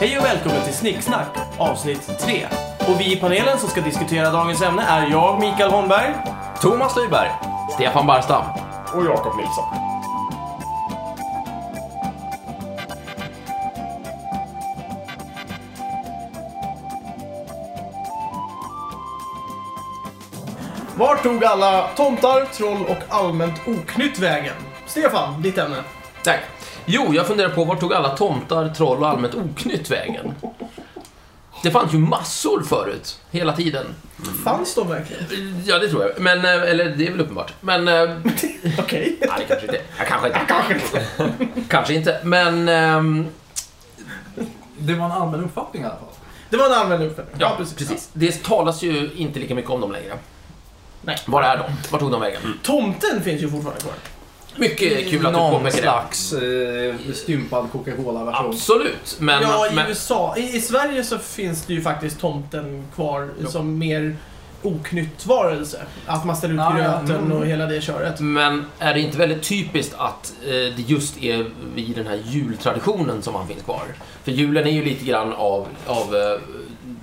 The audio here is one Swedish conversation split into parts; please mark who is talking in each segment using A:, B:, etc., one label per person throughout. A: Hej och välkommen till Snicksnack avsnitt 3. Och vi i panelen som ska diskutera dagens ämne är jag, Mikael Holmberg.
B: Thomas Lyberg, Stefan Barstam.
A: Och Jakob Nilsson. Vart tog alla tomtar, troll och allmänt oknytt vägen? Stefan, ditt ämne.
B: Tack. Jo, jag funderar på vart tog alla tomtar, troll och allmänt oknytt vägen? Det fanns ju massor förut, hela tiden.
A: Fanns de verkligen?
B: Ja, det tror jag. Men, eh, eller det är väl uppenbart. Men, eh, ja,
A: Okej.
B: det kanske inte ja, Kanske inte. Kanske inte, men... ehm,
C: Det var en allmän uppfattning i alla fall.
A: Det var en allmän uppfattning.
B: Ja, precis. Det talas ju inte lika mycket om dem längre.
A: Nej.
B: Var är de? Vart tog de vägen?
A: Tomten finns ju fortfarande kvar.
B: Mycket kul att du
C: Någon
B: påpekar det.
C: slags eh, stympad Coca-Cola-version.
B: Absolut, men...
A: ja, i
B: men
A: USA. I, I Sverige så finns det ju faktiskt tomten kvar som mer oknytt varelse. Att man ställer ut
C: Ja, ja,
A: gröten
C: mm.
A: och hela det köret.
B: Men är det inte väldigt typiskt att eh, det just är vid den här jultraditionen som han finns kvar? För julen är ju lite grann av, av eh,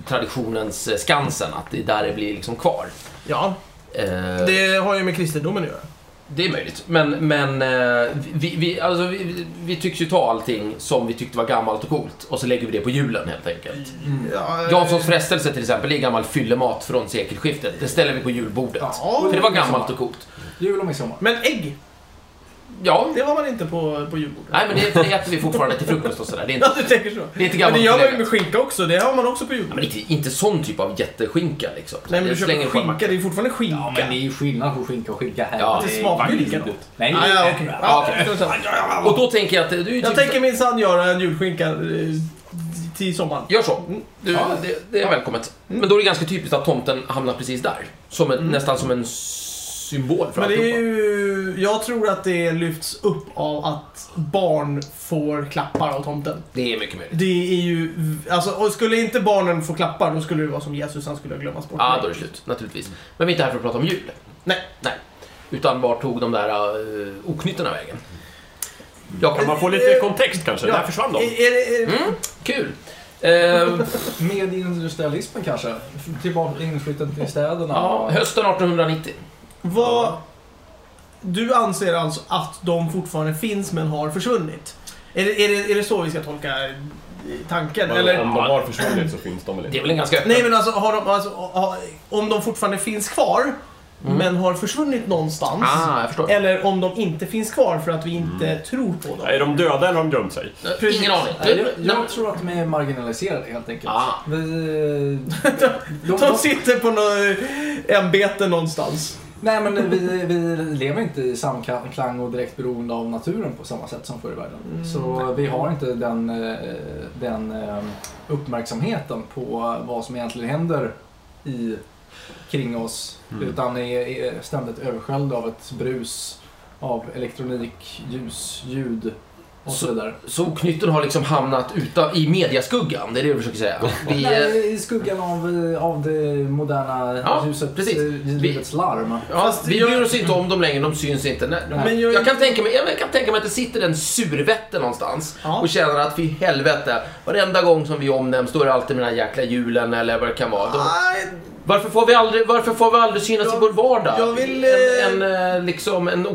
B: traditionens eh, Skansen, att det är där det blir liksom kvar.
A: Ja,
B: Eh, det...
A: det har ju med kristendomen att göra.
B: är möjligt, men, men eh, vi, vi, alltså, vi- vi, vi tycks ju ta allting som vi tyckte var gammalt och coolt och så lägger vi det på julen helt enkelt.
A: Ja,
B: Janssons frestelse till exempel är gammal fyllemat från sekelskiftet. Det ställer vi på julbordet.
A: Ja,
B: För det var gammalt och coolt.
C: Jul och midsommar.
A: Men ägg,
B: Ja,
A: det var man inte på, på julbordet.
B: nej men det, det äter vi fortfarande till frukost och sådär. Det är inte
A: Ja, du tänker så.
B: Det är inte
A: Men det
B: gammalt
A: gör man ju
B: kollega.
A: med skinka också. Det har man också på
B: Ja,
A: julbordet.
B: men inte, inte sån typ av jätteskinka liksom.
A: Nej, men
B: Det
A: du köper
B: slänger på en
A: skinka.
B: macka.
A: Det är fortfarande skinka.
C: Ja, men det är ju skillnad på skinka och skinka här.
B: Ja,
A: det
C: är
A: smakar ju
C: faktiskt-
A: likadant.
C: Nej,
A: Ah, ja, okej.
B: Ja,
A: Ja,
B: okej.
A: det är sant.
B: Och då tänker jag att det- du är ju
A: Jag
B: typ...
A: tänker minsann göra en julskinka eh, till sommaren.
B: Gör så.
A: Mm.
B: Du,
C: Ja.
B: det, det är välkommet. Men då är det ganska typiskt att tomten hamnar precis där. Som en, Nästan som en symbol
A: Mm.
B: för
A: Men det
B: alltihopa.
A: är ju, jag tror att det lyfts upp av att barn får klappar av tomten.
B: det är mycket möjligt.
A: Det är ju, alltså, och skulle inte barnen få klappar då skulle det vara som Jesus, han skulle ha glömts bort.
B: Ja, då är det slut. Naturligtvis. Men vi är inte här för att prata om jul.
A: Nej.
B: Nej. Utan vart tog de där uh, oknytterna vägen?
A: Mm.
B: Jag
D: Kan
B: kan...
D: man få lite kontext kanske?
A: Ja.
D: Där försvann
A: Är,
D: de.
A: är, det- är,
B: Mm, kul. Eh,
C: Med industrialismen kanske? Tillbaka inflyttat till städerna.
B: ja, hösten 1890.
A: vad, du anser alltså att de fortfarande finns men har försvunnit? Är det, är det, är det så vi ska tolka eh, tanken?
D: Men
A: Eller?
D: om de har försvunnit så finns de väl
B: Det är
D: inte?
B: väl en ganska öppen...
A: Nej men alltså, har de, alltså har, om de fortfarande finns kvar men har försvunnit någonstans.
B: Mm. Ah, jag förstår.
A: Eller om de inte finns kvar för att vi inte
B: Mm.
A: tror på dem.
D: Är de döda eller har de gömt sig?
A: precis.
B: Ingen aning.
C: Nej, Jag,
B: Nej, men-
C: jag tror att de är marginaliserade helt enkelt.
B: Ah.
C: Vi- de,
A: De
C: de,
A: sitter på något eh, ämbete någonstans.
C: nej men vi, vi lever inte i samklang och direkt beroende av naturen på samma sätt som förr i världen. Så vi har inte den, eh, den eh, uppmärksamheten på vad som egentligen händer i, kring oss.
B: Mm.
C: Utan är, är ständigt översköljda av ett brus av elektronik, ljus, ljud och så,
B: Så-
C: vidare.
B: Så oknytten har liksom hamnat utan, i mediaskuggan, det är det du försöker säga? Vi, eh,
C: Nej, I skuggan av, eh, av det moderna
B: Ja,
C: ljuset,
B: precis.
C: eh, livets larm.
B: ja,
A: Fast
B: vi
A: jag-
B: bryr oss inte om dem längre, de syns inte. Nej,
C: Nej.
A: Men jag,
B: Jag,
A: jag
B: kan tänka mig, jag kan tänka mig att det sitter en survette någonstans
A: Ja.
B: och känner att fy helvete, varenda gång som vi omnämns då är det alltid med den här jäkla julen eller vad det kan vara. Då,
A: Nej,
B: varför, får vi aldrig, varför får vi aldrig synas i
A: Ah. Jag-
B: vår vardag?
A: jag vill, eh, Mm.
B: en, en, eh, liksom, en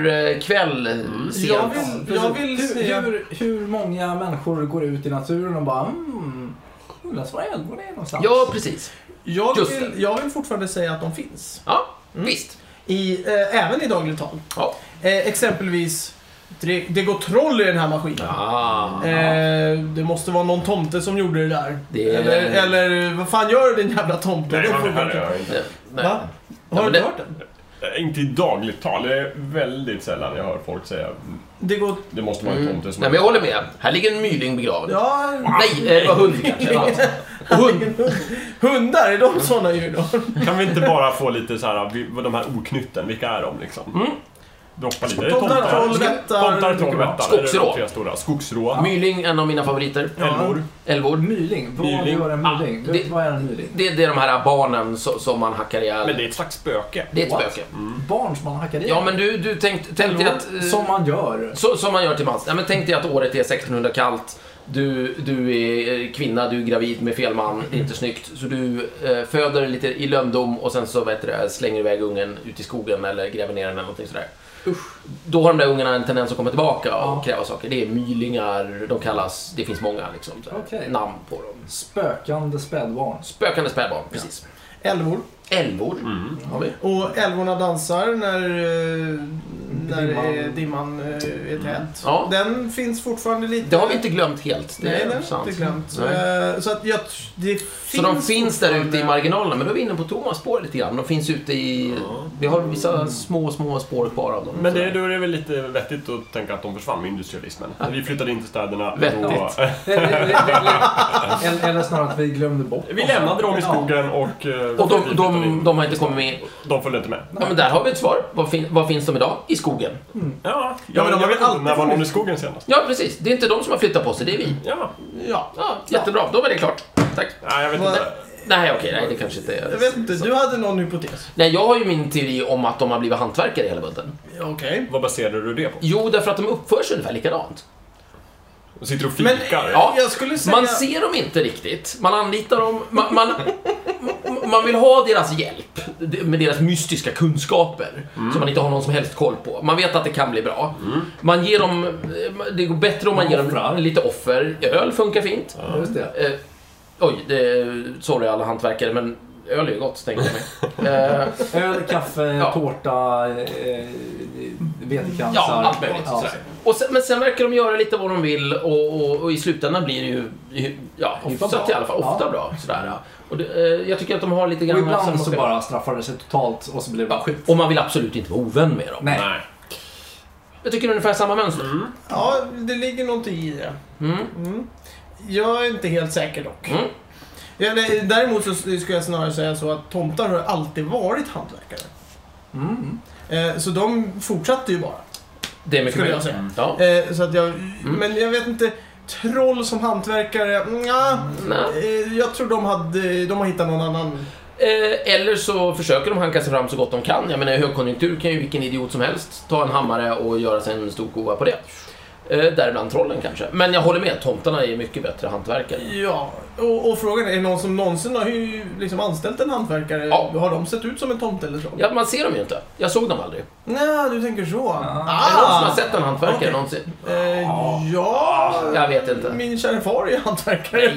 B: oktoberkväll eh, sent.
A: jag vill, jag vill
C: hur,
A: säga...
C: hur, hur många människor går ut i naturen och bara mm, undrar var älvorna är någonstans?
B: Ja, precis.
A: Jag
B: Just
A: vill,
B: det.
A: jag vill fortfarande säga att de finns.
B: Ja,
A: Mm.
B: visst.
A: I, eh, även i dagligt tal.
B: Ja.
A: Eh, exempelvis, det, det går troll i den här maskinen.
B: Ah.
A: Eh, det måste vara någon tomte som gjorde det där.
B: Det-
A: Eller, eller vad fan gör din jävla tomte?
D: Nej,
A: Den
D: men det här
A: frågan.
D: är jag inte.
B: Eh, nej.
A: Va?
B: Ja,
A: Har
B: men
A: du
B: det-
A: hört den?
D: Eh, Inte i dagligt tal. Det är väldigt sällan jag hör folk säga
A: Det går...
D: det måste vara en
B: Mm.
D: tomte
B: Nej,
D: som
B: men jag håller med. Här ligger en myling begravd.
A: Ja,
B: Nej, eh, vad hund kanske. Ja. Och hund.
A: hundar, är de sådana djur då?
D: Kan vi inte bara få lite så här, vi- de här oknytten, vilka är de liksom? droppa lite. Det är
A: Tomtar, troll, vättar,
D: Tomtar,
A: mycket
D: troll,
A: bra.
D: vättar.
B: Skogsrå.
D: Det är de tre stora. Skogsrå.
B: Myling, en av mina favoriter.
A: Ja.
D: Älvor.
B: Älvor.
C: Myling? Vad
D: Myling.
C: gör en
B: Ah,
C: myling?
B: det-
C: Vet du Vad är en myling?
B: Det, det är de här barnen som, som man hackar ihjäl.
D: Men det är ett slags spöke.
B: Det är ett
C: What?
B: spöke.
C: Barn som man hackar i?
B: Ja, men du, du tänkte tänk dig att... eh,
C: Som man gör.
B: Så, som man gör till mans. Ja, men tänk dig att året är 1600 kallt. Du, du är eh, kvinna, du är gravid med fel man, det är inte snyggt. Så du eh, föder lite i lömdom och sen så vet du, det, slänger du iväg ungen ut i skogen eller gräver ner den eller någonting sådär. Då har de där ungarna en tendens att komma tillbaka och
C: Ja.
B: kräva saker. Det är mylingar, de kallas, det finns många liksom, så här,
C: Okej.
B: namn på dem.
C: Spökande spädbarn.
B: Spökande spädbarn, precis.
A: Älvor.
B: Älvor
D: Mm.
B: har vi.
A: Och älvorna dansar när, eh, när dimman,
C: Dimman.
A: dimman eh, är tät.
B: Ja.
A: Den finns fortfarande lite.
B: Det har vi inte glömt helt. Det
A: Nej,
B: är
A: den har
B: sant.
A: vi inte glömt.
B: Nej.
A: Eh, Så att jag, tr- det
B: Så
A: finns
B: de finns där ute i
A: fortfarande.
B: marginalerna, men då är vi inne på Thomas spår lite grann. De finns ute i... Vi har vissa små, små spår kvar av dem.
D: Men det, då är det väl lite vettigt att tänka att de försvann med industrialismen. När vi flyttade in till städerna. Då,
B: Vettigt.
C: Eller- eller- eller- Eller snarare att vi glömde bort
D: vi lämnade dem i skogen och... eh,
B: Och
D: vi
B: de,
D: flyttade
B: de,
D: in.
B: de har inte kommit med...
D: de följde inte med.
B: Ja, men där har vi ett svar. Vad, fin, vad finns de idag? I skogen.
D: Ja,
A: Ja, men de har
D: jag
A: väl
D: vet inte.
A: alltid
D: När var någon i
A: funnits.
D: skogen senast?
B: Ja, precis. Det är inte de som har flyttat på sig, det är vi.
D: Ja,
A: Ja.
B: Ja, jättebra, då var det klart. Tack.
D: nej jag vet
A: Vad-
D: inte.
B: Nej, okej, nej, det kanske inte är...
A: Jag vet inte, du hade någon hypotes.
B: Nej, jag har ju min teori om att de har blivit hantverkare hela bunten.
A: Okej.
D: Vad baserade du det på?
B: Jo, därför att de uppför sig ungefär likadant.
D: De sitter och
A: Men
D: fikar.
B: Ja.
A: jag skulle säga...
B: Man ser dem inte riktigt. Man anlitar dem. Man, man, man vill ha deras hjälp med deras mystiska kunskaper som man inte har någon som helst koll på. Man vet att det kan bli bra. Man ger dem... Det går bättre om man,
C: Man
B: ger dem
C: offrar.
B: lite offer. Öl funkar fint.
C: Just det.
B: Eh, oj, det, sorry alla hantverkare, men öl är ju gott, tänkte jag mig. Eh,
C: Öl, kaffe,
B: Ja.
C: tårta, eh, vetekansar.
B: Ja, allt möjligt.
C: Alltså, Ja.
B: sådär. Och sen, men sen verkar de göra lite vad de vill och, och, och i slutändan blir det ju hy- ja,
C: Ofta
B: hyfsat
C: bra.
B: i alla fall. Ofta
C: Ja.
B: bra. Sådär. ja. Och det, eh, jag tycker att de har lite grann...
C: Och ibland
B: samma
C: så
B: spel.
C: bara straffar det sig totalt och så blir det
B: Ja,
C: bara skit.
B: och man vill absolut inte vara ovän med dem.
C: Nej.
D: Nej.
B: Jag tycker det är ungefär samma mönster.
C: Mm.
A: Ja, det ligger någonting i det.
B: Mm.
A: Mm. Jag är inte helt säker dock.
B: Mm.
A: Ja, nej, Däremot så skulle jag snarare säga så att tomtar har alltid varit hantverkare.
C: Mm.
A: Eh, Så de fortsatte ju bara.
B: Det är mycket
A: Skulle jag
B: möjligt.
A: säga.
B: Ja.
A: Eh, Så att jag,
B: Mm.
A: Men jag vet inte, troll som hantverkare, nja,
B: Nej.
A: eh, Jag tror de, hade, de har hittat någon annan.
B: Eh, Eller så försöker de hanka sig fram så gott de kan. Jag menar, i högkonjunktur kan ju vilken idiot som helst ta en hammare och göra sig en stor kova på det. Eh, Däribland trollen kanske. Men jag håller med, tomtarna är mycket bättre hantverkare.
A: Ja, och, och frågan är, är det någon som någonsin har ju liksom anställt en hantverkare?
B: Ja.
A: Har de sett ut som en tomte eller troll?
B: Ja, man ser dem ju inte. Jag såg dem aldrig.
A: Nej, du tänker så.
B: Är det någon som har sett en hantverkare
A: Ah! Okej.
B: någonsin?
A: Eh, ja,
B: Jag vet inte.
A: min kära far är hantverkare.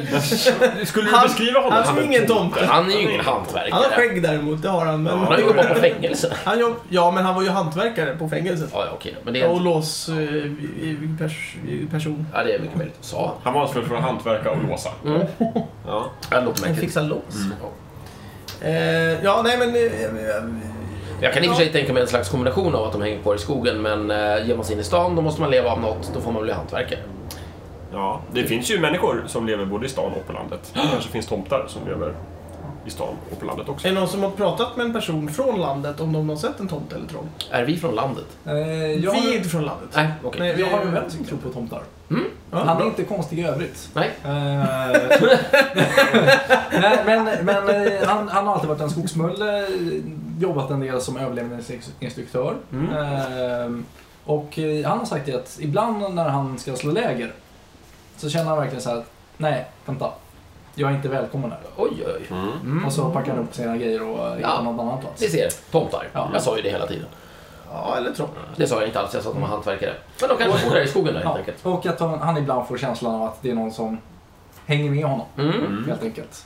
D: Skulle du
A: Han-
D: beskriva honom
A: han
D: som
A: är
D: en
A: ingen tomte.
B: Han är ju ingen
A: Han har
B: hantverkare.
A: skägg däremot, det har han. Men...
B: Han har ju gått bara på fängelse.
A: Han jobb... Ja, men han var ju hantverkare på fängelset.
B: Ja, ja, okej då. Men det är,
A: Och
B: inte...
A: lås eh, i- i pers... i person.
B: ja, det är mycket möjligt. Sa han?
D: Han var ansvarig för att hantverka och låsa.
B: Mm.
D: Ja.
B: Ja, det låter
A: Han
B: märkligt.
A: fixar lås.
B: Ja.
A: Eh, ja, nej men... eh, eh,
B: Jag kan i och för sig tänka mig en slags kombination av att de hänger kvar i skogen, men eh, ger man sig in i stan då måste man leva av något, då får man bli hantverkare.
D: ja. Det finns ju människor som lever både i stan och på landet. Det kanske finns tomtar som lever i stan och på landet också.
A: Är det någon som har pratat med en person från landet om de har sett en tomte eller troll?
B: Är vi från landet?
C: Eh, Jag,
A: Vi är
C: har,
A: inte från landet.
B: Nej, okej.
A: Nej, vi-
C: jag har en vän som tror på tomtar.
A: Ja,
C: Han är
A: bra.
C: inte konstig i övrigt.
B: Nej.
C: Eh, Nej, men men eh, han, han har alltid varit en skogsmulle, eh, jobbat en del som överlevnadsinstruktör.
B: Mm.
C: Eh, Och eh, han har sagt det att ibland när han ska slå läger så känner han verkligen så här att nej, vänta. Jag är inte välkommen här.
B: Oj, oj.
C: Och så packar han upp sina grejer och eh, hittar
B: Mm. Ja.
C: någon annan plats.
B: Ni ser, tomtar.
C: Ja.
B: Jag sa ju det hela tiden.
A: Ja, eller troll.
B: Det sa jag inte alls, jag sa att de var hantverkare. Men de kanske bor där i skogen då, helt
C: Ja,
B: enkelt.
C: och att han, han ibland får känslan av att det är någon som hänger med honom,
B: Mm.
C: helt enkelt.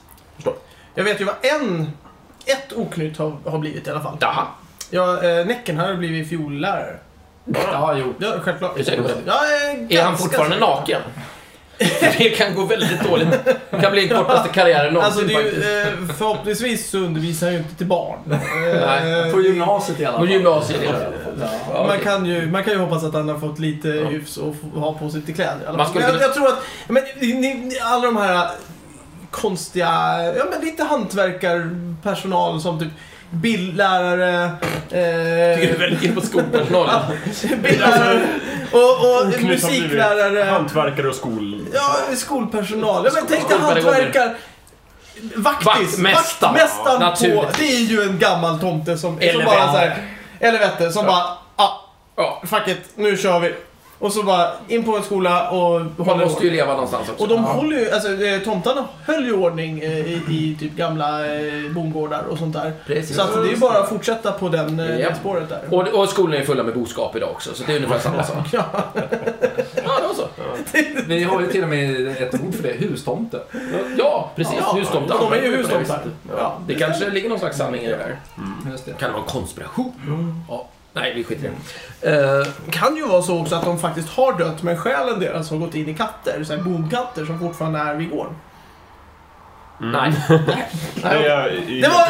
A: Jag vet ju vad en... Ett oknytt har, har blivit i alla fall.
B: Jaha,
A: Ja, eh, Näcken här har blivit fiollärare.
C: Ja, jo.
A: Ja, självklart.
B: Är du säker på det?
A: Ja, jag
B: Är han
A: ganska
B: fortfarande
A: säker.
B: naken? För det kan gå väldigt dåligt. Det kan bli den kortaste karriären
A: Alltså,
B: någonsin
A: det är ju,
B: faktiskt.
A: eh, förhoppningsvis så undervisar han ju inte till barn.
B: Nej,
A: Eh,
C: På gymnasiet i alla
B: På
C: fall.
B: gymnasiet i alla fall.
C: Ja.
B: Ja,
A: Man
B: okej.
A: kan, ju, man kan ju hoppas att han har fått lite
B: Ja.
A: hyfs och f- ha på sig lite kläder. i alla
B: Man
A: fall.
B: skulle
A: Men jag,
B: kunna-
A: jag tror att men, ni, ni, alla eh, de här konstiga, ja men lite hantverkarpersonal som typ bildlärare... Eh,
B: väldigt illa på skolpersonalen.
A: bildlärare och, och
D: Oknytt har blivit
A: musiklärare.
D: Hantverkare och skol...
A: Ja, skolpersonal. Ja, men tänk dig
B: Skolpedagoger.
A: hantverkar... Vaktis.
B: Vaktmästaren.
A: Vaktmästaren
B: Ja,
A: på...
B: naturligt.
A: Det är ju en gammal tomte som, som
B: Eller
A: bara
B: vem?
A: så här, Eller vette, som bara... Ah,
B: Ja.
A: fuck it, nu kör vi. Och så bara in på en skola och
B: Man
A: håller
B: måste
A: ordning.
B: ju leva någonstans också.
A: Och de håller ju, alltså eh, tomtarna höll ju ordning eh, i, i typ gamla eh, bondgårdar och sånt där.
B: Precis.
A: Så att det är ju bara att fortsätta på den, eh,
B: Ja.
A: det spåret där.
B: och, och skolorna är fulla med boskap idag också, så det är ungefär samma sak.
A: Ja.
B: Ja, det var så.
C: Vi har ju till och med ett ord för det, hustomte.
B: Ja, precis.
A: Ja,
B: hustomtar.
A: de är ju hustomtar.
B: Ja,
A: Ja.
B: det kanske ligger någon slags sanning i det där.
C: Just det.
B: Kan det vara en konspiration? Ja. Nej, vi skiter i
A: Eh, kan ju vara så också att de faktiskt har dött, men själen deras har gått in i katter. Såhär bondkatter som fortfarande är vid gården.
B: det.
A: Mm.
B: Nej.
D: Det är, är
A: Det var,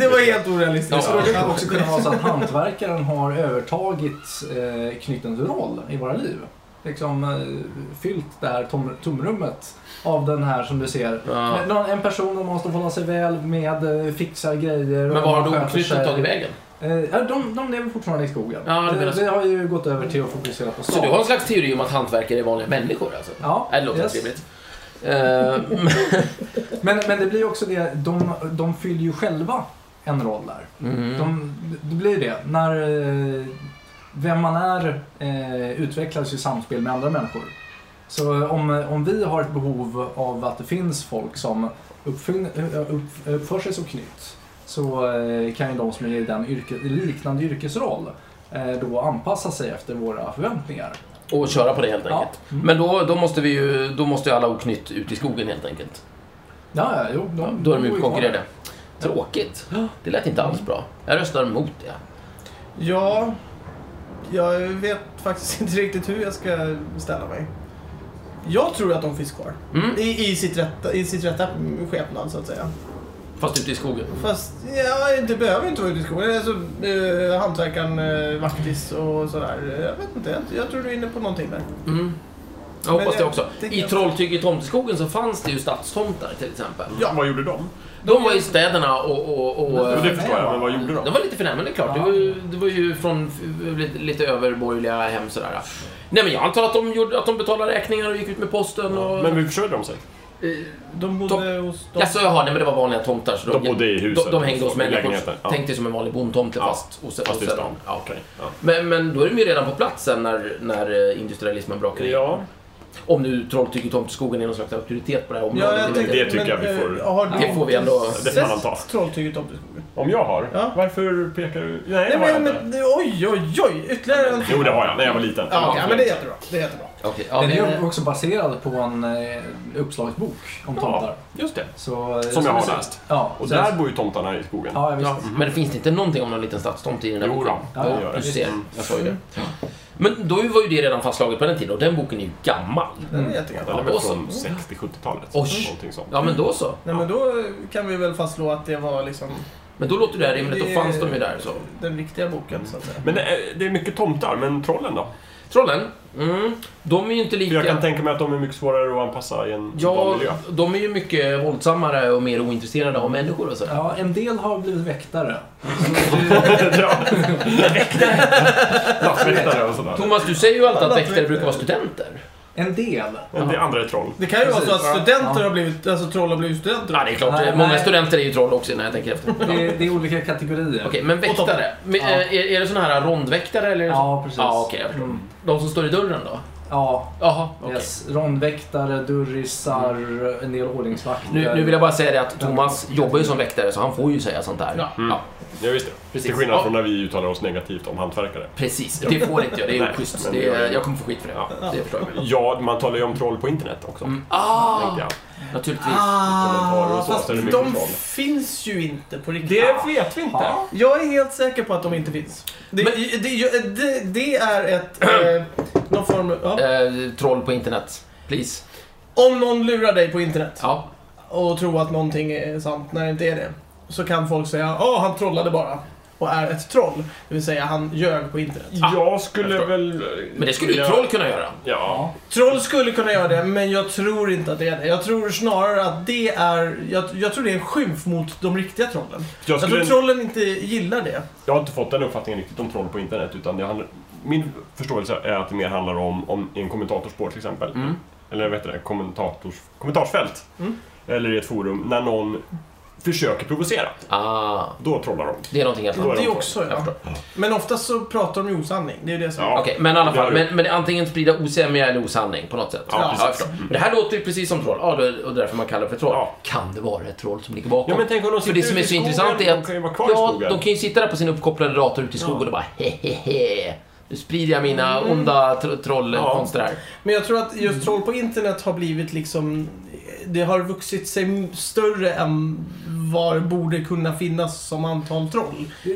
A: det var helt orealistiskt.
B: Ja.
A: Ja,
C: Det skulle också kunna vara så att hantverkaren har övertagit eh, knyttens roll i våra liv. Liksom eh, fyllt det här tom- tomrummet av den här som du ser.
B: Ja.
C: Men någon- En person som måste hålla sig väl med, eh, fixar grejer.
B: Men
C: och
B: var har
C: sköter
B: då oknyttet
C: sig.
B: tagit vägen?
C: Eh, ja, de, de lever fortfarande i skogen.
B: Ja, det menar
C: vi, vi har ju gått över till att fokusera på
B: Så
C: stan.
B: du har en slags teori om att hantverkare är vanliga människor alltså?
C: Ja,
B: Nej, Det låter
C: yes.
B: trevligt. Eh, men-
C: men, men det blir ju också det, de, de fyller ju själva en roll där.
B: Mm.
C: De, det blir ju det. När, eh, vem man är eh, utvecklas ju i samspel med andra människor. Så eh, om, om vi har ett behov av att det finns folk som uppfyn, eh, upp, uppför sig som knytt så eh, kan ju de som är i den yrke, i liknande yrkesroll eh, då anpassa sig efter våra förväntningar.
B: Och köra på det helt
C: Ja.
B: enkelt. Men då, då måste vi ju, då måste ju alla oknytt ut i skogen helt enkelt.
C: Ja, ja, jo. De,
B: Då är de
C: bor ju
B: utkonkurrerade.
C: kvar.
B: Tråkigt. Det lät inte alls bra. Jag röstar emot det.
A: ja, jag vet faktiskt inte riktigt hur jag ska ställa mig. Jag tror att de finns kvar.
B: Mm.
A: I, i, sitt rätta, I sitt rätta skepnad, så att säga.
B: Fast ute i skogen.
A: Fast ja, det behöver inte vara ute i skogen. Alltså, eh, hantverkaren, eh, vaktis och sådär. Jag vet inte, jag, jag tror du är inne på någonting där.
B: Mm. Jag hoppas
A: Men
B: det
A: jag
B: också.
A: tycker
B: I
A: att-
B: Trolltyge i Tomteskogen så fanns det ju stadstomtar till exempel.
A: Ja.
D: Vad gjorde de?
B: De var i städerna och... och, och
D: Jo, det
C: Men-
D: förstår jag, men vad gjorde de?
B: de var lite förnämliga klart. Det var, ju, det var ju från f- lite, lite överborgerliga hem sådär. Nej men jag antar att de, gjorde, att de betalade räkningar och gick ut med posten och... Eh,
D: Men hur försörjde de sig?
A: De bodde hos... De,
B: Jaså, jaha, nej men det var vanliga tomtar. Så
D: De bodde i huset,
B: De, de hängde hos
D: i
B: människor.
D: lägenheten, ja.
B: Tänk dig som en vanlig bondtomte
D: Ja,
B: fast hos
D: fast i
B: hos-
D: stan.
B: Ja.
D: Okej.
B: Men, men då är de ju redan på plats sen när, när eh, industrialismen
D: Ja.
B: brakar in.
D: ja.
B: Om nu Trolltyge Tomteskogen är någon slags auktoritet på det här området.
A: ja, jag
B: det, vet
A: tänkte,
B: jag
D: det tycker jag vi
A: men,
D: får-
A: eh, har du
B: Det får vi ändå-
D: Det får man anta.
A: sett Trolltyget om du skogen?
D: Om jag har?
A: Ja.
D: Varför pekar du? Nej,
A: Nej
D: det har jag
A: men,
D: inte.
A: men oj, oj, oj! Ytterligare en...
D: Jo, det har jag. När jag var liten.
A: Ja, okej, ja, men det är jättebra. Det är jättebra.
B: inte. Okej, ja,
C: Den är
B: vi-
C: ju också baserad på en eh, uppslagsbok om tomtar.
D: Ja, just det.
C: Så,
D: Som jag har läst.
C: Ja,
D: Och
C: så-
D: där bor ju tomtarna i skogen.
C: Ja, visst.
B: Ja, men det finns inte någonting om någon liten stadstomte i den här
D: Jo
B: boken?
D: då, det gör
B: du
D: det.
B: ser.
D: Mm.
B: Jag sa ju det. Men då var ju det redan fastslaget på den tiden och den boken är ju gammal.
A: Den är
D: Den
A: jättegammal.
D: är
B: då
D: väl
B: så.
D: från 60-70-talet.
B: Oj.
D: Någonting sånt.
B: Ja, men då så.
A: Nej men då kan vi väl fastslå att det var liksom
B: Men då låter det här rimligt. Då
A: Det-
B: fanns de ju där. Så.
A: den riktiga boken så att säga.
D: Men det är, det är mycket tomtar, men trollen då?
B: Trollen, mm, de är ju inte
D: För jag kan
B: lika...
D: tänka mig att de är mycket svårare att anpassa i en vanlig
B: Ja,
D: Typ miljö.
B: de är ju mycket våldsammare och mer ointresserade av människor och så.
C: Ja, en del har blivit väktare.
D: ja. Nattväktare och sådär.
B: Thomas, du säger ju alltid att väktare brukar vara studenter.
C: En del.
D: Men det andra är troll.
A: Det kan ju vara så att
C: Precis, ja.
A: studenter
C: Ja.
A: har blivit, alltså troll har blivit studenter.
B: Ja, det är klart.
C: Nej,
B: Många
C: nej.
B: studenter är ju troll också när jag tänker efter.
C: Det är, det är olika kategorier.
B: Okej, men väktare. Men,
C: Ja.
B: eh, Är, är det såna här rondväktare eller? är det så-
C: Ja, precis.
B: Ja, okej, jag förstår.
C: Mm.
B: De som står i dörren då?
C: Ja,
B: Jaha, okej. Mm.
C: yes. Rondväktare, durrisar, en del ordningsvakter.
B: Nu, nu vill jag bara säga det att Thomas jobbar ju som väktare så han får ju säga sånt där.
A: Ja.
B: Ja,
D: Ja, visst det.
B: Precis.
D: Till skillnad
B: Ja.
D: från när vi uttalar oss negativt om hantverkare.
B: precis. Det får inte jag, det är
D: Nej,
B: oschysst.
D: men
B: Det
D: det gör
B: är,
D: jag.
B: jag kommer få skit för det.
D: Ja.
B: Det förstår jag.
D: Ja, man talar ju om troll på internet också.
B: Mm. Ah,
D: Tänkte jag.
B: naturligtvis.
D: kommentarer
A: Ah,
D: och så,
A: fast
D: så är det mycket
A: de
D: troll.
A: finns ju inte på riktigt.
D: Det vet vi inte.
C: Ja.
A: Jag är helt säker på att de inte finns. Det,
B: Men-
A: det, det, det är ett... Eh, någon form av, ja.
B: Eh, troll på internet. Please.
A: Om någon lurar dig på internet
B: Ja.
A: och tror att någonting är sant när det inte är det. Så kan folk säga åh han trollade bara. och är ett troll. Det vill säga, han ljög på internet.
D: Jag skulle
B: jag förstår.
D: väl...
B: Men det skulle ju
D: vilja-
B: troll kunna göra.
D: Ja.
A: Troll skulle kunna göra det, men jag tror inte att det är det. Jag tror snarare att det är... Jag, jag tror det är en skymf mot de riktiga trollen.
D: Jag,
A: Jag,
D: skulle,
A: tror trollen inte gillar det.
D: jag har inte fått den uppfattningen riktigt om troll på internet. Utan det handlar, min förståelse är att det mer handlar om, om i en kommentatorspår till exempel.
B: Mm.
D: Eller vad heter det? Kommentators, kommentarsfält.
A: Mm.
D: Eller i ett forum. När någon försöker provocera.
B: Ah,
D: Då trollar de.
B: det är någonting helt
D: Då
B: annat.
D: är de
A: Det
D: troll.
A: också,
B: Jag
A: ja.
B: förstår.
A: Men oftast så pratar de ju osanning. Det är ju det som...
D: Ja.
B: Okej, men i alla
D: Det har
B: fall.
D: du.
B: Men, men det är antingen sprida osämja eller osanning på något sätt.
D: Ja,
A: Ja.
D: precis.
B: jag förstår. Men Det här låter ju precis som troll. Ja, det är- och därför man kallar det för troll.
D: Ja.
B: Kan det vara ett troll som ligger bakom?
D: Ja, men tänk om de
B: För
D: sitter
B: det som är
D: ute i
B: så
D: skogen,
B: intressant är
D: De
B: att
D: kan ju vara kvar i
B: ja,
D: skogen.
B: de kan ju sitta där på sin uppkopplade dator ute i skogen och bara hehehe. Nu sprider jag mina
D: Mm.
B: onda tr- trollkonster här.
A: Men jag tror att just troll på internet har blivit liksom... Det har vuxit sig större än vad det borde kunna finnas som antal troll.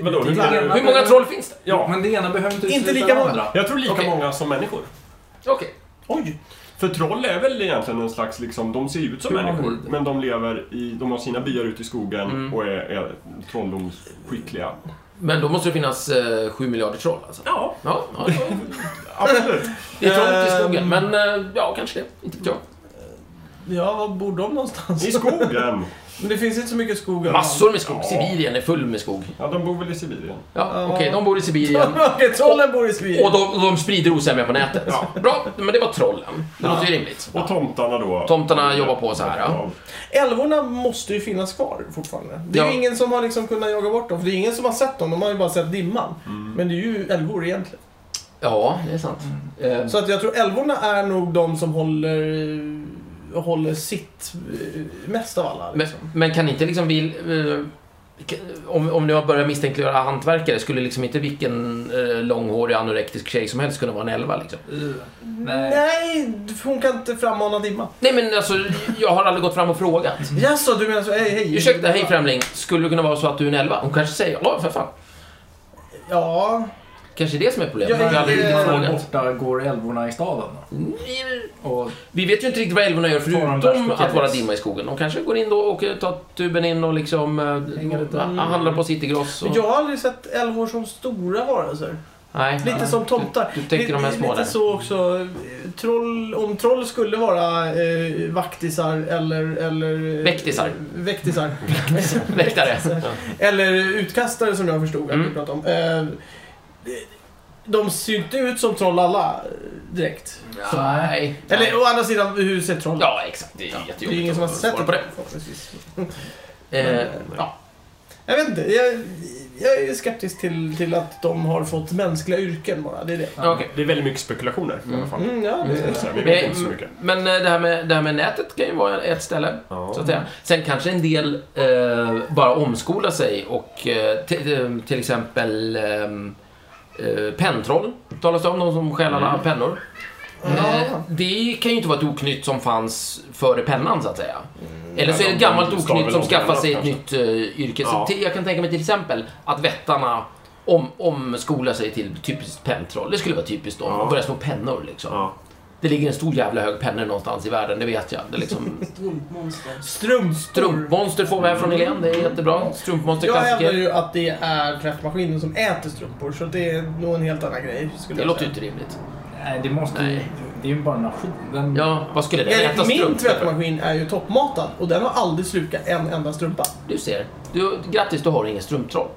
D: Vadå, hur
C: Det
D: menar
C: ena
D: du?
B: Hur många troll finns det?
D: Ja.
C: Men det ena behöver inte
A: Inte
C: utesluta
A: lika
C: det
A: många.
C: andra.
D: Jag tror lika
B: Okej.
D: många som människor.
B: Okej.
A: Oj!
D: För troll är väl egentligen en slags, liksom, de ser ju ut som
C: Humanoid.
D: människor, men de lever i, de har sina byar ute i skogen
B: Mm.
D: och är, är trolldomsskickliga.
B: Men då måste det finnas eh, 7 miljarder troll alltså.
D: Ja,
B: Ja, ja, ja.
D: absolut.
B: det är trångt i skogen.
A: Ehm.
B: Men eh, ja, kanske det. Inte vet jag.
A: Ja, var bor de någonstans?
D: I skogen.
A: Men det finns inte så mycket skog överallt.
B: Massor med skog.
D: Ja.
B: Sibirien är full med skog.
D: Ja, de bor väl i Sibirien.
B: Ja,
A: Ja.
B: Okej, de bor i Sibirien.
A: Okej, trollen bor i Sverige.
B: Och de, de sprider osämja på nätet. Bra, men det var trollen. Det låter ju rimligt.
D: Och tomtarna då.
B: Tomtarna jobbar på så här, ja.
D: Ja.
A: Älvorna måste ju finnas kvar fortfarande. Det är
B: Ja.
A: ju ingen som har liksom kunnat jaga bort dem, för det är ingen som har sett dem. De har ju bara sett
B: Mm.
A: dimman.
D: Mm.
A: Men det är ju älvor egentligen.
B: Ja, det är sant. Eh,
A: Så att jag tror älvorna är nog de som håller, håller sitt eh, mest av alla.
B: Men,
A: Liksom.
B: men kan inte liksom vi... eh, kan- Om, om nu har börjat misstänkliggöra hantverkare, skulle liksom inte vilken eh, långhårig anorektisk tjej som helst kunna vara en elva liksom?
C: Nej.
A: Nej, hon kan inte frammana dimma.
B: Nej men alltså, jag har aldrig gått fram och frågat.
A: Jaså, du menar så? Hej, hej.
B: Mm. Ursäkta, hej främling. Skulle det kunna vara så att du är en elva? Hon kanske säger, ja för fan.
A: Ja,
B: Kanske det som är problemet,
A: Ja,
B: att vi aldrig
A: eh,
B: riktigt
C: Där
B: frågat.
C: borta går älvorna i staden. Och
B: Vi vet ju inte riktigt vad älvorna gör
C: de
B: förutom
C: där
B: att vara
C: skogen.
B: dimma i skogen. De kanske går in då och eh, tar tuben in och liksom eh,
C: Hänger lite.
B: va, handlar på citygross.
A: men
B: Och...
A: jag har aldrig sett älvor som stora varelser.
B: Nej,
A: Lite
B: nej.
A: som tomtar.
B: Du- du tänker de här små
A: lite
B: där.
A: så också. eh, Troll, om troll skulle vara eh, vaktisar eller... eller eh,
B: Väktisar.
A: Väktisar.
B: Väktare.
A: eller utkastare som jag förstod att
B: Mm.
A: vi pratade om. Eh, de ser ju inte ut som troll alla eh, direkt.
B: Ja. Nej.
A: Eller å andra sidan, hur ser troll ut?
B: Ja, exakt. Det är
A: Det är ju
B: jättejobbigt
A: ingen som har
B: att
A: sett
B: svara på det.
A: förhoppningsvis.
B: Eh, ja.
A: Jag vet inte. Jag, jag är skeptisk till, till att de har fått mänskliga yrken bara. Det är det.
B: Okej.
D: Det är väldigt mycket spekulationer i alla fall.
A: Mm, ja, det
D: Så här, vi vet inte så
B: Men,
D: mycket.
B: men eh, det här, med, det här med nätet kan ju vara ett ställe. Så
D: Ja.
B: att säga. Sen kanske en del eh, bara omskolar sig och eh, till- eh, till exempel ehm, eh, penntroll talas det om, de som stjäl alla
D: Mm.
B: pennor. Eh,
A: Ja.
B: det kan ju inte vara ett oknytt som fanns före pennan så att säga. Eller så är det ett
D: Ja, Mm. de-
B: gammalt
D: de stavar
B: oknytt
D: väl
B: som
D: om
B: skaffar
D: pennan
B: sig ett
D: kanske.
B: nytt eh, yrke. Så
D: Ja.
B: till, jag kan tänka mig till exempel att vättarna om, omskolar sig till typiskt penntroll. Det skulle vara typiskt då.
D: Ja.
B: Och börjar slå pennor liksom.
D: Ja.
B: Det ligger en stor jävla hög pennor någonstans i världen, det vet jag. Det är liksom
E: Strumpmonster.
A: Strumpor.
B: Strumpmonster får vi här från Helén, det är jättebra. Strumpmonster
A: Jag hävdar
B: klassiker.
A: ju att det är tvättmaskinen som äter strumpor, så det är nog en helt annan grej. Skulle
B: Det
A: jag
B: låter ju
A: säga.
B: inte rimligt.
C: nej, det måste ju...
B: Nej.
C: Det är ju bara en nation. Den,
B: Ja, vad skulle den äta?
A: Enligt min
B: strumpor?
A: tvättmaskin är ju toppmatad och den har aldrig slukat en enda strumpa.
B: Du ser. Du, grattis, du har ingen strumptroll.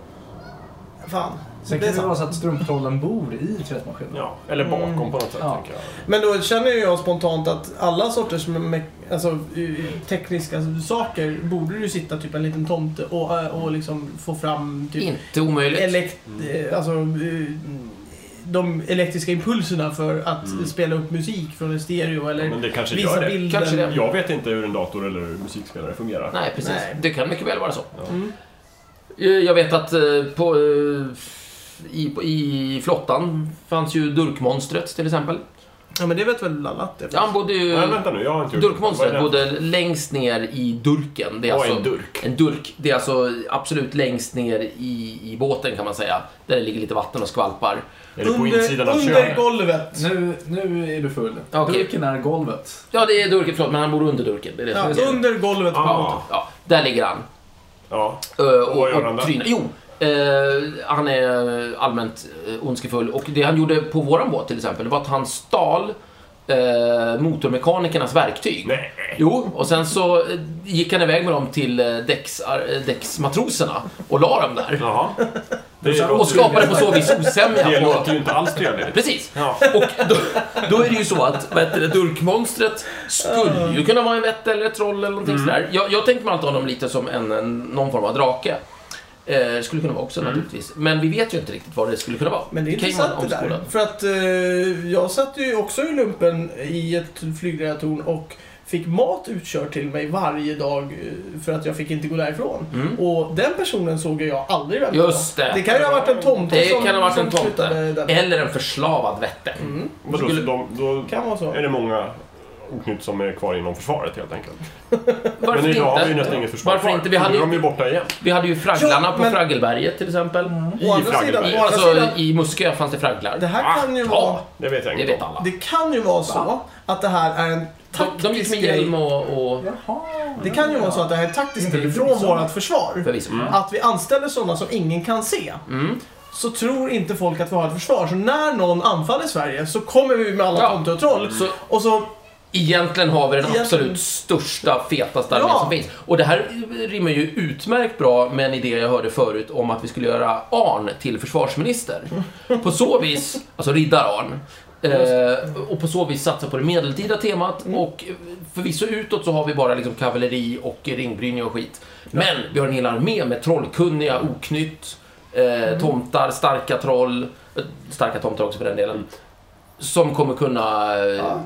A: Fan.
C: Sen
A: Det är
C: kan det
A: sant.
C: vara så att strumptrollen bor i tvättmaskinen.
D: ja. Eller bakom på något sätt,
C: Ja.
D: tänker jag.
A: Men då känner ju jag spontant att alla sorters me- alltså, eh, tekniska saker borde det ju sitta typ en liten tomte och, eh, och liksom få fram typ
B: Inte omöjligt.
A: elekt, eh, alltså, eh, de elektriska impulserna för att spela upp musik från en stereo eller
D: Ja, men det kanske
A: visa
D: gör det.
A: bilden.
B: Kanske det.
D: Jag vet inte hur en dator eller hur musikspelare fungerar.
B: Nej, precis.
A: Nej.
B: Det kan mycket väl vara så.
D: Ja.
A: Mm.
B: Eh, Jag vet att eh, på, eh, i, på, i flottan fanns ju durkmonstret till exempel.
A: Ja men det vet väl alla att det är.
B: Ja, Han bodde ju...
D: Nej, vänta nu, jag har inte gjort Vad är
B: Durkmonstret
D: det?
B: bodde längst ner i durken. Det är
D: Vad är
B: alltså
D: en durk?
B: En durk, det är alltså absolut längst ner i, i båten kan man säga. Där det ligger lite vatten och skvalpar.
D: Är det på insidan av
A: under
D: könet?
A: golvet.
C: Nu, nu är du full.
B: Okej.
C: Durken är golvet.
B: Ja, det är durken, förlåt, men han bor under durken. Det är det som
A: Ja,
B: är grejen.
A: under golvet.
D: Ja.
B: Ja, där ligger han.
D: Ja.
B: Ö, Och,
D: vad gör han
B: och,
D: där?
B: trynar. Jo, Eh, han är eh, allmänt eh, ondskefull och det han gjorde på våran båt till exempel, det var att han stal eh, motormekanikernas verktyg.
D: Nej.
B: Jo, och sen så eh, gick han iväg med dem till eh, däcks, eh, däcksmatroserna och la dem där.
D: Jaha. Det
B: Och
D: låter, ju,
B: skapade på så vis
D: det
B: osämja.
D: låter
B: På...
D: ju inte alls trevligt.
B: Precis!
D: Ja.
B: Och då, då är det ju så att vad heter det, durkmonstret skulle ju kunna vara en vett eller ett troll eller någonting
A: Mm.
B: sådär. Jag, jag tänker mig alltid honom lite som en, en, någon form av drake. Eh, skulle kunna vara också naturligtvis. Men vi vet ju inte riktigt vad det skulle kunna vara.
A: Mm. Men det är
B: kan ju vara en
A: intressant det där.
B: omskolad.
A: För att eh, jag satt ju också i lumpen i ett flygledartorn och fick mat utkörd till mig varje dag eh, för att jag fick inte gå därifrån.
B: Mm.
A: Och den personen såg jag aldrig vem det var.
B: Just det.
A: Det kan ju ha varit en tomte
B: Det
A: som,
B: kan ha varit en
A: som
B: tomte. Eh,
A: flyttade den.
B: Eller en förslavad vätte.
A: Mm,
D: Vadå, så
B: Skulle-
D: de, då
A: kan vara så.
D: är det många oknytt som är kvar inom försvaret helt enkelt.
B: Varför
D: Men idag har vi ju
B: inte?
D: nästan inget försvar
B: Varför
D: kvar.
B: inte? Vi hade
D: Nu är
B: ju-
D: de ju borta igen.
B: Vi hade ju fragglarna
A: Ja,
B: på
A: men-
B: Fraggelberget till exempel.
A: Å andra
D: Fraggelberg.
A: sidan, å andra
B: Alltså
A: sidan
B: i Muskö fanns det fragglar.
A: det här kan ju
B: Ah,
A: vara...
B: ja,
D: Det vet jag
B: Det
D: inte
B: vet
D: om.
B: alla.
A: Det kan ju vara så att det här är en
B: De,
A: taktisk
B: de gick med
A: grej.
B: hjälm och... och
C: Jaha.
A: Det kan ju vara så att det här är taktiskt
C: Det är inte
A: från
C: så.
A: vårt försvar.
B: förvisso.
A: Att vi anställer sådana som ingen kan se.
B: Mm.
A: Så tror inte folk att vi har ett försvar. Så när någon anfaller Sverige så kommer vi med alla
B: Ja.
A: tomter och troll.
B: Så
A: Och så...
B: egentligen har vi den
A: Egentligen-
B: absolut största, fetaste armén
A: Ja.
B: som finns. Och det här rimmar ju utmärkt bra med en idé jag hörde förut om att vi skulle göra Arn till försvarsminister.
A: Mm.
B: På så vis, alltså riddar-Arn. Eh, och på så vis satsa på det medeltida temat
A: Mm.
B: och förvisso utåt så har vi bara liksom kavalleri och ringbrynja och skit. Men vi har en hel armé med trollkunniga oknytt,
A: Mm.
B: eh, tomtar, starka troll, eh, starka tomtar också för den delen, som kommer kunna eh,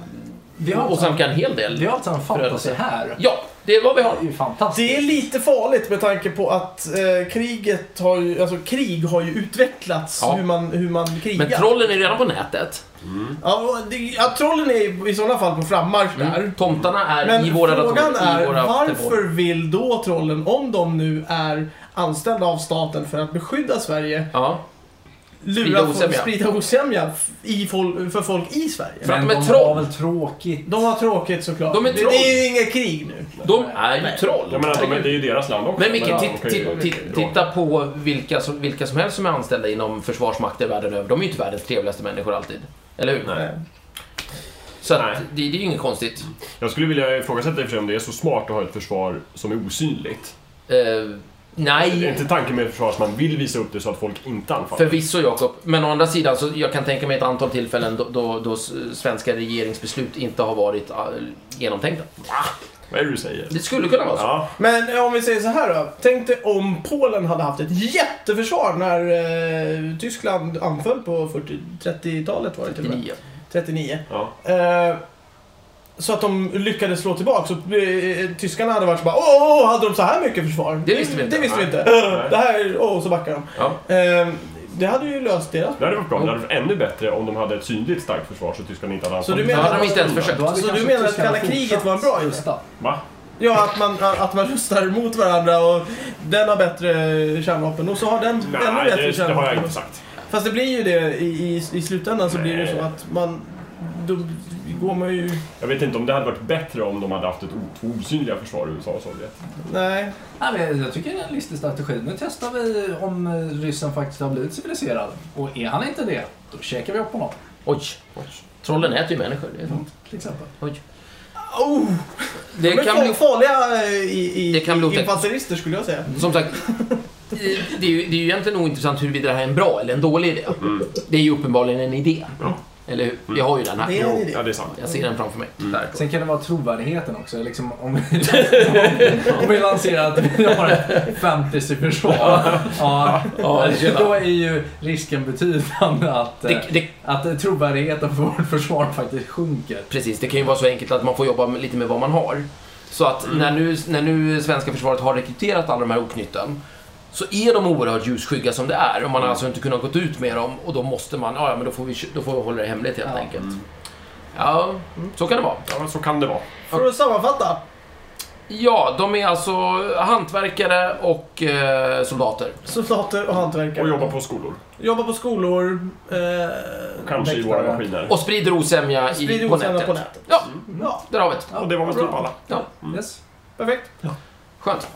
C: Vi
A: Mm.
C: har
B: och
C: alltså,
B: sen kan en hel del.
C: vi har alltså en fantasy här.
B: Ja, det är vad vi har.
C: Det är ju fantastiskt.
A: Det är lite farligt med tanke på att eh, kriget har ju... Alltså krig har ju utvecklats.
B: Ja.
A: Hur, man, hur man krigar.
B: Men trollen är redan på nätet.
A: ja, och det, ja, trollen är i sådana fall på frammarsch där.
B: Mm. Tomtarna är
A: Men
B: i våra datorer.
A: frågan är
B: i våra telefoner.
A: varför vill då trollen, om de nu är anställda av staten för att beskydda Sverige,
B: Ja. Sprida
A: lura folk,
B: osämja.
A: sprida osämja f- i fol- för folk i Sverige?
B: För att de är
C: de
B: troll.
C: har väl tråkigt.
A: De har tråkigt såklart.
B: De är
A: det,
B: troll.
A: det är ju inget krig nu.
B: De är ju troll.
D: Jag menar, de, är- det är ju deras land också.
B: Men Micke,
D: ja,
B: titt,
D: de kan ju-
B: titt, titt, titta på vilka som, vilka som helst som är anställda inom försvarsmakter världen över. De är ju inte världens trevligaste människor alltid. Eller hur?
D: Nej.
B: Så att,
D: Nej.
B: det, det är ju inget konstigt.
D: Jag skulle vilja ifrågasätta i och för sig om det är så smart att ha ett försvar som är osynligt.
B: Eh, nej.
D: Det är inte tanken med ett försvar att man vill visa upp det så att folk inte anfaller.
B: Förvisso Jakob, men å andra sidan så jag kan tänka mig ett antal tillfällen då, då, då s- svenska regeringsbeslut inte har varit äh, genomtänkta.
D: Vad är det du säger?
B: Det skulle kunna vara så.
D: Ja,
A: Men eh, om vi säger så här då. Tänk dig om Polen hade haft ett jätteförsvar när eh, Tyskland anföll på 40 30-talet var det till och med.
B: 39.
A: 39.
D: ja.
A: Eh, så att de lyckades slå tillbaka. Så, eh, tyskarna hade varit så bara åh, åh, hade de så här mycket försvar?
B: Det visste vi inte.
A: Det visste vi inte.
D: Nej.
A: Det här, åh, så backar de.
B: Ja.
A: Eh, det hade ju löst deras
D: Det hade varit bra. Det hade varit ännu bättre om de hade ett synligt starkt försvar så Tyskland inte hade
A: Så du
D: anfallit.
B: Då
A: menar-
B: hade de inte ens försökt.
C: Då hade
A: Så
C: kanske
A: du menar att
C: tyskarna
A: kalla kriget
C: fortsatt
A: var en bra idé?
C: rusta?
D: Va?
A: Ja, att man, att man rustar mot varandra och den har bättre kärnvapen och så har den ännu
D: Nej,
A: bättre
D: det, det
A: kärnvapen.
D: har jag inte sagt.
A: Fast det blir ju det i, i, i slutändan så blir det ju
D: Nej.
A: så att man... Då går man ju...
D: Jag vet inte om det hade varit bättre om de hade haft ett o- två osynliga försvar, USA och Sovjet.
A: Nej.
C: Nej, men jag tycker det är en listig strategi. Nu testar vi om eh, ryssen faktiskt har blivit civiliserad. Och är han inte det, då käkar vi upp honom.
B: Oj. Trollen äter ju människor. Det, är sant.
C: Till exempel.
B: Oj.
A: Oh,
B: det
A: de är
B: kan bli...
A: farliga eh, i, i
B: Det kan bli otäckt.
A: infanterister skulle jag säga.
B: Som sagt, det det är ju, det är ju egentligen ointressant huruvida det här är en bra eller en dålig idé. Det är ju uppenbarligen en idé. Eller hur? Vi har ju den
A: Det
B: här.
A: är en
D: Jo,
A: idé.
D: ja, det är sant.
B: Jag ser den framför mig.
A: Mm.
B: Där.
C: Sen kan det vara trovärdigheten också. Liksom, om, vi, om vi lanserar att vi har ett fantasyförsvar, ja,
B: Ja, tjena.
C: Alltså, då är ju risken betydande att, eh,
B: Det, det,
C: att trovärdigheten för vårt försvar faktiskt sjunker.
B: Precis, det kan ju vara så enkelt att man får jobba med, lite med vad man har. Så att när, nu, när nu svenska försvaret har rekryterat alla de här oknytten så är de oerhört ljusskygga som det är och man har alltså inte kunnat gått ut med dem och då måste man, ja ja, men då får vi, då får vi hålla det hemligt helt
C: Ja.
B: enkelt. Ja, mm, så kan det vara.
D: Ja, så kan det vara.
A: För att sammanfatta.
B: Ja, de är alltså hantverkare och eh, soldater.
A: Soldater och hantverkare.
D: Och jobba på skolor.
A: Jobba på skolor. Eh,
D: Kanske i våra maskiner.
B: Och sprider osämja
A: Sprider
B: i, på,
A: osämja
B: nätet.
A: på nätet.
B: Ja,
A: Ja,
B: där har vi det.
D: Och det var väl typ
A: Bra.
D: alla.
B: Ja,
C: Yes.
A: perfekt.
B: skönt.